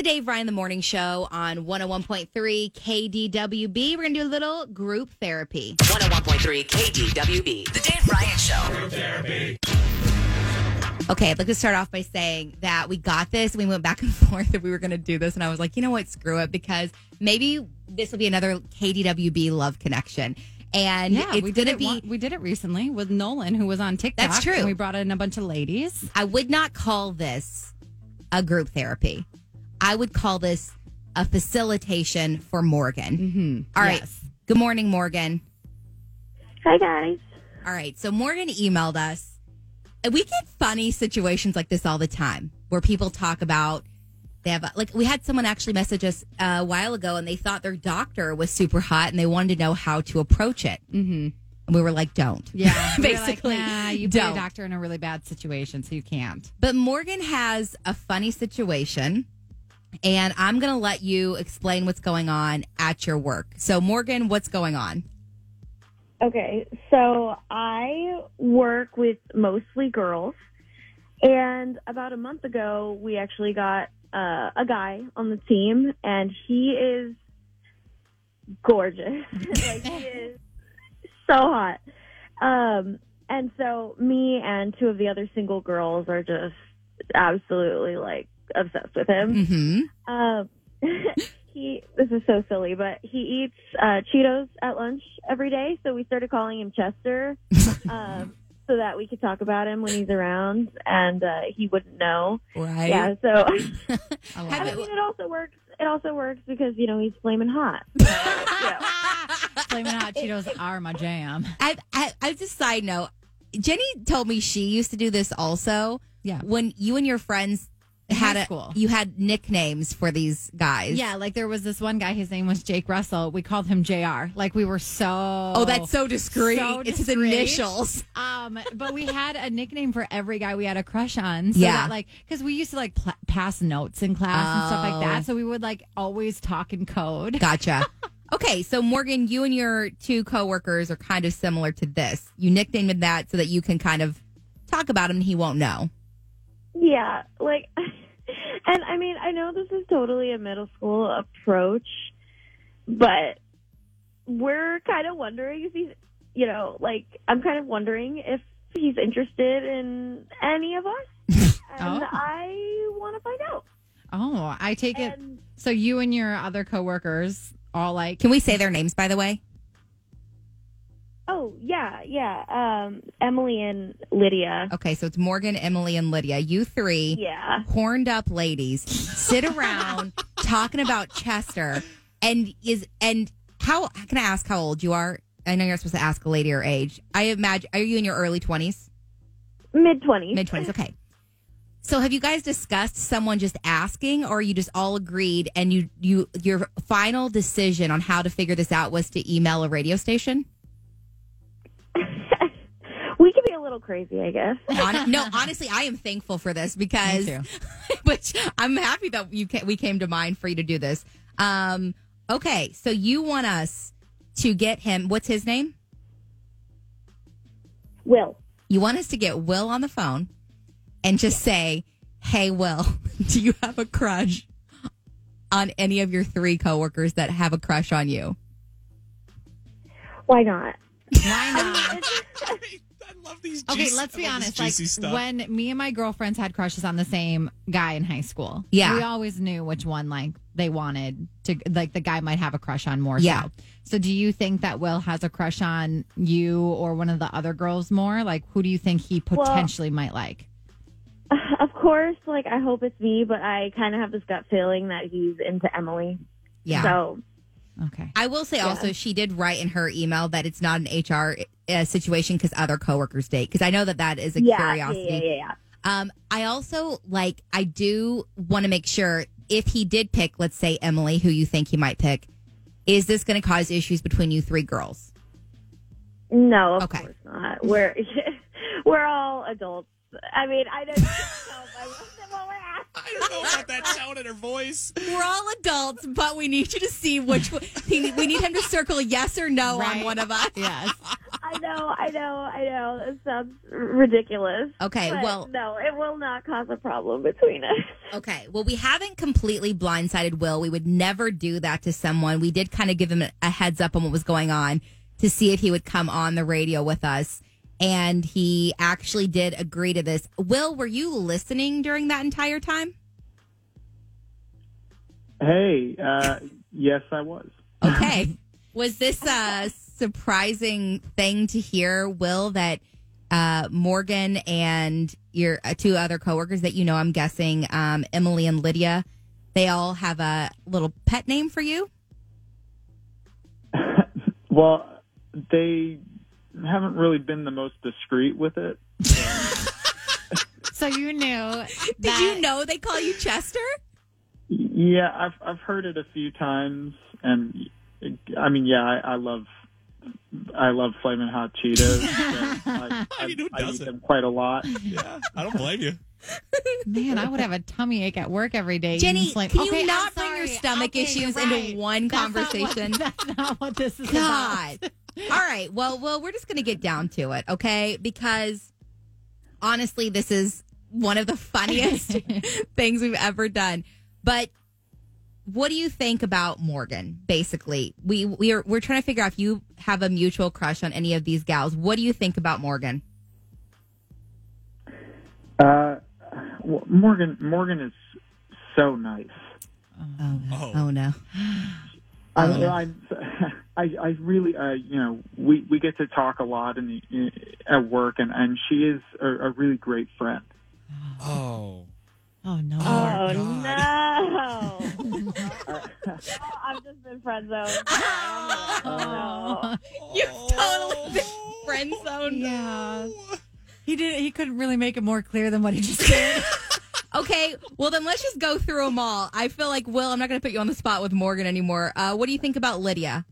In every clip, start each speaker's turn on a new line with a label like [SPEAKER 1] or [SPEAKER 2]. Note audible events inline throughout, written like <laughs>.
[SPEAKER 1] The Dave Ryan the Morning Show on 101.3 KDWB. We're going to do a little group therapy.
[SPEAKER 2] 101.3 KDWB. The Dave Ryan Show.
[SPEAKER 1] Okay, I'd like to start off by saying that we got this. We went back and <laughs> forth that we were going to do this. And I was like, you know what? Screw it because maybe this will be another KDWB love connection. And
[SPEAKER 3] Yeah,
[SPEAKER 1] it's
[SPEAKER 3] we
[SPEAKER 1] going
[SPEAKER 3] did
[SPEAKER 1] to
[SPEAKER 3] it.
[SPEAKER 1] be.
[SPEAKER 3] one- we did it recently with Nolan, who was on TikTok.
[SPEAKER 1] That's true.
[SPEAKER 3] And we brought in a bunch of ladies.
[SPEAKER 1] I would not call this a group therapy. I would call this a facilitation for Morgan. Mm-hmm. right. Good morning, Morgan.
[SPEAKER 4] Hi guys.
[SPEAKER 1] All right. So Morgan emailed us. And We get funny situations like this all the time where people talk about they have, like, we had someone actually message us uh, a while ago and they thought their doctor was super hot and they wanted to know how to approach it. Mm-hmm. And we were like, don't.
[SPEAKER 3] <laughs> Yeah,
[SPEAKER 1] Basically,
[SPEAKER 3] nah, you put
[SPEAKER 1] don't.
[SPEAKER 3] a doctor in a really bad situation, so you can't.
[SPEAKER 1] But Morgan has a funny situation, and I'm going to let you explain what's going on at your work. So, Morgan, what's going on?
[SPEAKER 4] Okay, so I work with mostly girls, and about a month ago, we actually got uh, a guy on the team, and he is gorgeous. <laughs> like he is so hot. Um, and so me and two of the other single girls are just absolutely like obsessed with him.
[SPEAKER 1] hmm
[SPEAKER 4] Um, <laughs> he this is so silly, but he eats uh, Cheetos at lunch every day, so we started calling him Chester, um, so that we could talk about him when he's around and uh, he wouldn't know.
[SPEAKER 1] Right.
[SPEAKER 4] yeah, so <laughs>
[SPEAKER 3] I love
[SPEAKER 4] I
[SPEAKER 3] it.
[SPEAKER 4] mean, it also works. It also works because you know he's flaming hot.
[SPEAKER 3] <laughs> Flamin' hot Cheetos are my jam.
[SPEAKER 1] I, I, I just side note. Jenny told me she used to do this also.
[SPEAKER 3] Yeah.
[SPEAKER 1] When you and your friends
[SPEAKER 3] In
[SPEAKER 1] had
[SPEAKER 3] high
[SPEAKER 1] a,
[SPEAKER 3] school.
[SPEAKER 1] you had nicknames for these guys.
[SPEAKER 3] Yeah, like there was this one guy. His name was Jake Russell. We called him Jr. Like we were so.
[SPEAKER 1] Oh, that's so discreet.
[SPEAKER 3] So
[SPEAKER 1] It's his
[SPEAKER 3] discreet.
[SPEAKER 1] initials.
[SPEAKER 3] <laughs> Um, but we had a nickname for every guy we had a crush on. So
[SPEAKER 1] Yeah.
[SPEAKER 3] that, like, because we used to like pl- pass notes in class and stuff like that. So we would like always talk in code.
[SPEAKER 1] Gotcha. okay, so Morgan, you and your two coworkers are kind of similar to this. You nicknamed him that so that you can kind of talk about him and he won't know.
[SPEAKER 4] Yeah, like, <laughs> and I mean, I know this is totally a middle school approach, but we're kind of wondering if he's, you know, like, I'm kind of wondering if he's interested in any of us. and
[SPEAKER 3] Oh.
[SPEAKER 4] I want to find out.
[SPEAKER 3] Oh, I take it.
[SPEAKER 4] And
[SPEAKER 3] So you and your other coworkers all like
[SPEAKER 1] Can we say their names by the way?
[SPEAKER 4] oh, yeah, yeah. Um, Emily and Lydia.
[SPEAKER 1] Okay, so it's Morgan, Emily, and Lydia. You three
[SPEAKER 4] Yeah.
[SPEAKER 1] horned up ladies sit around talking about Chester and is and how can I ask how old you are? I know you're not supposed to ask a lady your age. I imagine are you in your early twenties?
[SPEAKER 4] Mid 20s.
[SPEAKER 1] Mid twenties. Okay. So have you guys discussed someone just asking, or you just all agreed and you you your final decision on how to figure this out was to email a radio station?
[SPEAKER 4] we can be a little crazy, I guess.
[SPEAKER 1] Hon-
[SPEAKER 3] <laughs>
[SPEAKER 1] no, honestly, I am thankful for this because,
[SPEAKER 3] Me too.
[SPEAKER 1] <laughs> which I'm happy that you ca- we came to mind for you to do this. Um, okay, so you want us to get him? What's his name?
[SPEAKER 4] Will.
[SPEAKER 1] You want us to get Will on the phone and just say, "Hey, Will, <laughs> do you have a crush on any of your three coworkers that have a crush on you?"
[SPEAKER 4] Why not?
[SPEAKER 3] why not?
[SPEAKER 5] I love these.
[SPEAKER 1] Oh.
[SPEAKER 3] Okay,
[SPEAKER 5] juicy-
[SPEAKER 3] let's be
[SPEAKER 5] I love this
[SPEAKER 3] honest. Like
[SPEAKER 5] juicy stuff.
[SPEAKER 3] when me and my girlfriends had crushes on the same guy in high school.
[SPEAKER 1] Yeah.
[SPEAKER 3] we always knew which one like they wanted to like the guy might have a crush on more.
[SPEAKER 1] Yeah.
[SPEAKER 3] So. so do you think that Will has a crush on you or one of the other girls more? Like who do you think he
[SPEAKER 4] Well-
[SPEAKER 3] potentially might like?
[SPEAKER 4] Of course, like I hope it's me, but I kind of have this gut feeling that he's into Emily.
[SPEAKER 1] Yeah.
[SPEAKER 4] So
[SPEAKER 3] Okay.
[SPEAKER 1] I will say also, she did write in her email that it's not an HR uh, situation because other coworkers date. Because I know that that is a
[SPEAKER 4] yeah, yeah,
[SPEAKER 1] curiosity.
[SPEAKER 4] yeah, yeah, yeah.
[SPEAKER 1] Um, I also like. I do want to make sure if he did pick, let's say Emily, who you think he might pick, is this going to cause issues between you three girls?
[SPEAKER 4] No, of
[SPEAKER 1] Okay.
[SPEAKER 4] course not. We're <laughs> we're all adults. I mean, I don't know I wasn't what we're
[SPEAKER 5] I don't know about that sound in her voice.
[SPEAKER 1] We're all adults, but we need you to see which. One, we need him to circle yes or no
[SPEAKER 3] Right.
[SPEAKER 1] on one of us.
[SPEAKER 3] Yes.
[SPEAKER 4] asking. I know, I know, I know. It sounds ridiculous.
[SPEAKER 1] Okay,
[SPEAKER 4] But
[SPEAKER 1] well-
[SPEAKER 4] no, it will not cause a problem between us.
[SPEAKER 1] Okay. Well, we haven't completely blindsided Will. We would never do that to someone. We did kind of give him a heads up on what was going on to see if he would come on the radio with us. And he actually did agree to this. Will, were you listening during that entire time?
[SPEAKER 6] Hey, uh, yes, I was.
[SPEAKER 1] Okay. was this a surprising thing to hear, Will, that uh, Morgan and your uh, two other coworkers that you know, I'm guessing, um, Emily and Lydia, they all have a little pet name for you?
[SPEAKER 6] Well, they haven't really been the most discreet with it.
[SPEAKER 3] So you knew. That,
[SPEAKER 1] <laughs> Did you know they call you Chester?
[SPEAKER 6] Yeah, I've I've heard it a few times, and I mean, yeah, I, I love I love flaming hot
[SPEAKER 5] <laughs>
[SPEAKER 6] Cheetos. so I,
[SPEAKER 5] I mean, who
[SPEAKER 6] I eat
[SPEAKER 5] doesn't?
[SPEAKER 6] them quite a lot.
[SPEAKER 5] Yeah, I don't blame you.
[SPEAKER 3] Man, I would have a tummy ache at work every day.
[SPEAKER 1] Jenny,
[SPEAKER 3] eating flame-
[SPEAKER 1] can you
[SPEAKER 3] Okay, I'm
[SPEAKER 1] not bring your
[SPEAKER 3] sorry.
[SPEAKER 1] stomach
[SPEAKER 3] Okay,
[SPEAKER 1] issues
[SPEAKER 3] you're right.
[SPEAKER 1] into one
[SPEAKER 3] That's not what-
[SPEAKER 1] conversation?
[SPEAKER 3] <laughs> That's not what this is about. <laughs>
[SPEAKER 1] God. All right. Well, well, we're just going to get down to it, okay? Because honestly, this is one of the
[SPEAKER 3] <laughs>
[SPEAKER 1] funniest things we've ever done. But what do you think about Morgan? Basically, we we are we're trying to figure out if you have a mutual crush on any of these gals. What do you think about Morgan?
[SPEAKER 6] Uh, well, Morgan Morgan is so nice.
[SPEAKER 1] Oh,
[SPEAKER 5] Oh.
[SPEAKER 1] no.
[SPEAKER 6] I, I, <laughs> I, I really, uh, you know, we, we get to talk a lot in the, in, at work, and, and she is a, a really great friend.
[SPEAKER 5] Oh.
[SPEAKER 3] Oh no.
[SPEAKER 5] Oh,
[SPEAKER 4] <laughs>
[SPEAKER 5] God.
[SPEAKER 4] no. Oh, I've just been
[SPEAKER 1] <laughs>
[SPEAKER 4] friend zoned.
[SPEAKER 3] Oh.
[SPEAKER 1] You've
[SPEAKER 5] Oh.
[SPEAKER 1] totally been friend zoned.
[SPEAKER 3] <laughs> Yeah. He did he couldn't really make it more clear than what he just did.
[SPEAKER 1] Okay, well then let's just go through them all. I feel like Will, I'm not going to put you on the spot with Morgan anymore. Uh, what do you think about Lydia?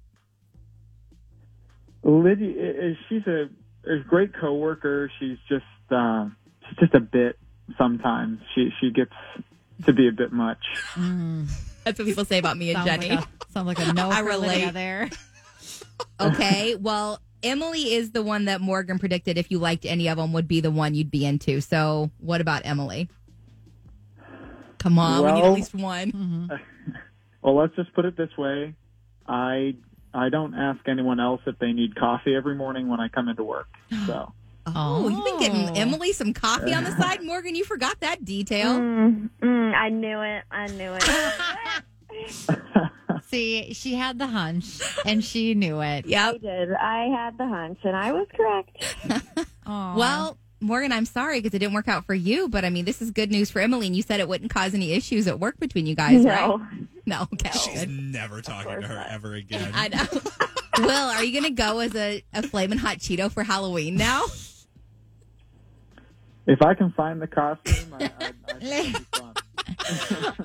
[SPEAKER 6] Lydia, i- i- she's a, a great coworker. She's just, uh, she's just a bit sometimes. She, she gets to be a bit much.
[SPEAKER 1] That's what people say about me and
[SPEAKER 3] sounds,
[SPEAKER 1] Jenny.
[SPEAKER 3] Like a, sounds like a
[SPEAKER 1] <laughs>
[SPEAKER 3] no
[SPEAKER 1] I
[SPEAKER 3] for Lydia
[SPEAKER 1] relate.
[SPEAKER 3] there.
[SPEAKER 1] okay, well Emily is the one that Morgan predicted if you liked any of them would be the one you'd be into. So what about Emily? Come on, we need at
[SPEAKER 6] Well-
[SPEAKER 1] least
[SPEAKER 3] Mm.
[SPEAKER 1] one.
[SPEAKER 6] Well, let's just put it this way. I, I don't ask anyone else if they need coffee every morning when I come into work. So.
[SPEAKER 1] Oh, you've been
[SPEAKER 3] Oh.
[SPEAKER 1] getting Emily some coffee on the side, Morgan. You forgot that detail.
[SPEAKER 4] Mm, mm, I knew it. I knew
[SPEAKER 1] <laughs>
[SPEAKER 4] it.
[SPEAKER 3] See, she had the hunch and she knew it.
[SPEAKER 1] Yep.
[SPEAKER 4] I did. I had the hunch, and I was correct.
[SPEAKER 3] Aw.
[SPEAKER 1] Well, Morgan, I'm sorry because it didn't work out for you, but I mean, this is good news for Emily, and you said it wouldn't cause any issues at work between you guys, right?
[SPEAKER 4] No,
[SPEAKER 1] No, okay.
[SPEAKER 5] She's
[SPEAKER 1] good.
[SPEAKER 5] never talking to her ever again.
[SPEAKER 1] I know. <laughs> Will, are you going to go as a, a flaming hot Cheeto for Halloween now?
[SPEAKER 6] If I can find the costume, I, I, I think it'll be fun. <laughs>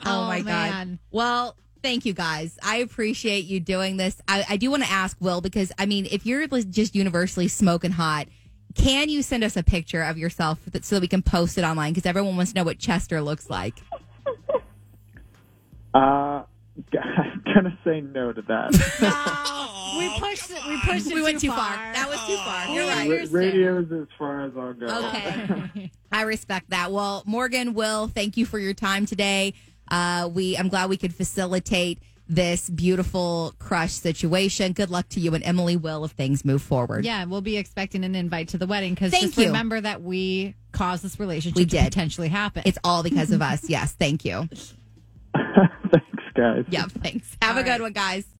[SPEAKER 1] Oh, my
[SPEAKER 3] man.
[SPEAKER 1] God. Well, thank you guys. I appreciate you doing this. I, I do want to ask Will because, I mean, if you're like, just universally smoking hot, can you send us a picture of yourself that, so that we can post it online? Because everyone wants to know what Chester looks like.
[SPEAKER 6] Uh, <laughs> I'm gonna say no to that.
[SPEAKER 3] we pushed it we pushed
[SPEAKER 1] <laughs>
[SPEAKER 3] it
[SPEAKER 1] we went too far.
[SPEAKER 3] far.
[SPEAKER 1] That was too far. You're
[SPEAKER 3] Oh.
[SPEAKER 1] right.
[SPEAKER 3] You're
[SPEAKER 6] Ra- Radio's as far as I'll go.
[SPEAKER 1] Okay. I respect that. Well, Morgan, Will, thank you for your time today. Uh, we I'm glad we could facilitate this beautiful crush situation. Good luck to you and Emily Will if things move forward.
[SPEAKER 3] Yeah, we'll be expecting an invite to the wedding because
[SPEAKER 1] Thank
[SPEAKER 3] just
[SPEAKER 1] you.
[SPEAKER 3] remember that we caused this relationship
[SPEAKER 1] We
[SPEAKER 3] to
[SPEAKER 1] did.
[SPEAKER 3] potentially happen.
[SPEAKER 1] It's all because of us. Yes. Thank you.
[SPEAKER 6] <laughs> Thanks, guys.
[SPEAKER 1] Yep. Thanks. Have a
[SPEAKER 3] All
[SPEAKER 1] good
[SPEAKER 3] right.
[SPEAKER 1] one, guys.